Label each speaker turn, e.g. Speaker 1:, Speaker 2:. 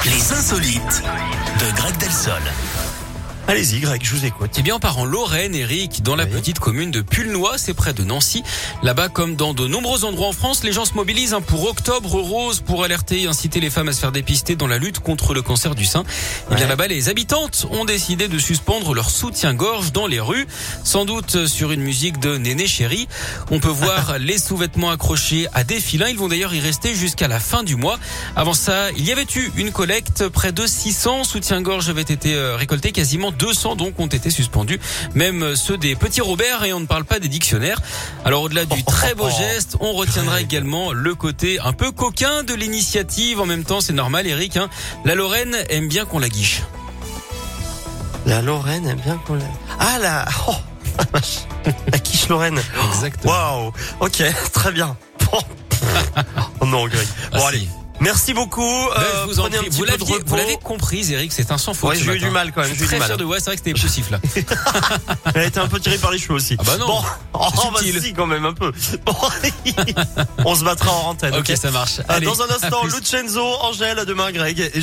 Speaker 1: insolites de Greg Delsol.
Speaker 2: Allez-y, Greg, je vous écoute.
Speaker 3: Eh bien, on part en Lorraine, Eric, dans la
Speaker 2: Oui.
Speaker 3: petite commune de Pulnois, c'est près de Nancy. Là-bas, comme dans de nombreux endroits en France, les gens se mobilisent hein, pour Octobre Rose, pour alerter et inciter les femmes à se faire dépister dans la lutte contre le cancer du sein. Eh bien,
Speaker 2: Ouais.
Speaker 3: là-bas, les habitantes ont décidé de suspendre leur soutien-gorge dans les rues, sans doute sur une musique de Néné Chéri. On peut voir les sous-vêtements accrochés à des filins. Ils vont d'ailleurs y rester jusqu'à la fin du mois. Avant ça, il y avait eu une collecte. Près de 600 soutiens-gorge avaient été euh, récoltés. Quasiment 200 donc ont été suspendus. Même ceux des petits Robert et on ne parle pas des dictionnaires. Alors au-delà du très beau geste, on retiendra également le côté un peu coquin de l'initiative. En même temps, c'est normal, Eric. hein. La Lorraine aime bien qu'on la guiche.
Speaker 2: La Lorraine aime bien qu'on la... Ah, la... Oh, la vache. la quiche Lorraine.
Speaker 3: Exactement.
Speaker 2: Waouh. Ok, très bien. Bon. Oh non, Greg. Bon,
Speaker 3: Ah,
Speaker 2: allez.
Speaker 3: si.
Speaker 2: Merci beaucoup.
Speaker 3: Là,
Speaker 2: Euh,
Speaker 3: je vous en
Speaker 2: prenez un
Speaker 3: prie.
Speaker 2: petit
Speaker 3: Vous
Speaker 2: peu de
Speaker 3: l'aviez- vous
Speaker 2: repos.
Speaker 3: l'avez comprise, Eric. C'est un sans faute.
Speaker 2: Ouais,
Speaker 3: ce
Speaker 2: j'ai eu
Speaker 3: matin.
Speaker 2: du mal quand même,
Speaker 3: Je
Speaker 2: j'ai eu
Speaker 3: suis
Speaker 2: du
Speaker 3: très
Speaker 2: mal. hein.
Speaker 3: fier de ouais, c'est vrai que c'était poussif là.
Speaker 2: Elle a été un peu tirée par les cheveux aussi.
Speaker 3: Ah bah non.
Speaker 2: Bon, oh, bah
Speaker 3: Subtil.
Speaker 2: si, quand même, un peu. Bon, on se battra en antenne,
Speaker 3: ok, ça marche.
Speaker 2: Euh,
Speaker 3: Allez,
Speaker 2: Dans un
Speaker 3: à
Speaker 2: instant,
Speaker 3: plus.
Speaker 2: Lucenzo, Angèle, à demain, Greg. Et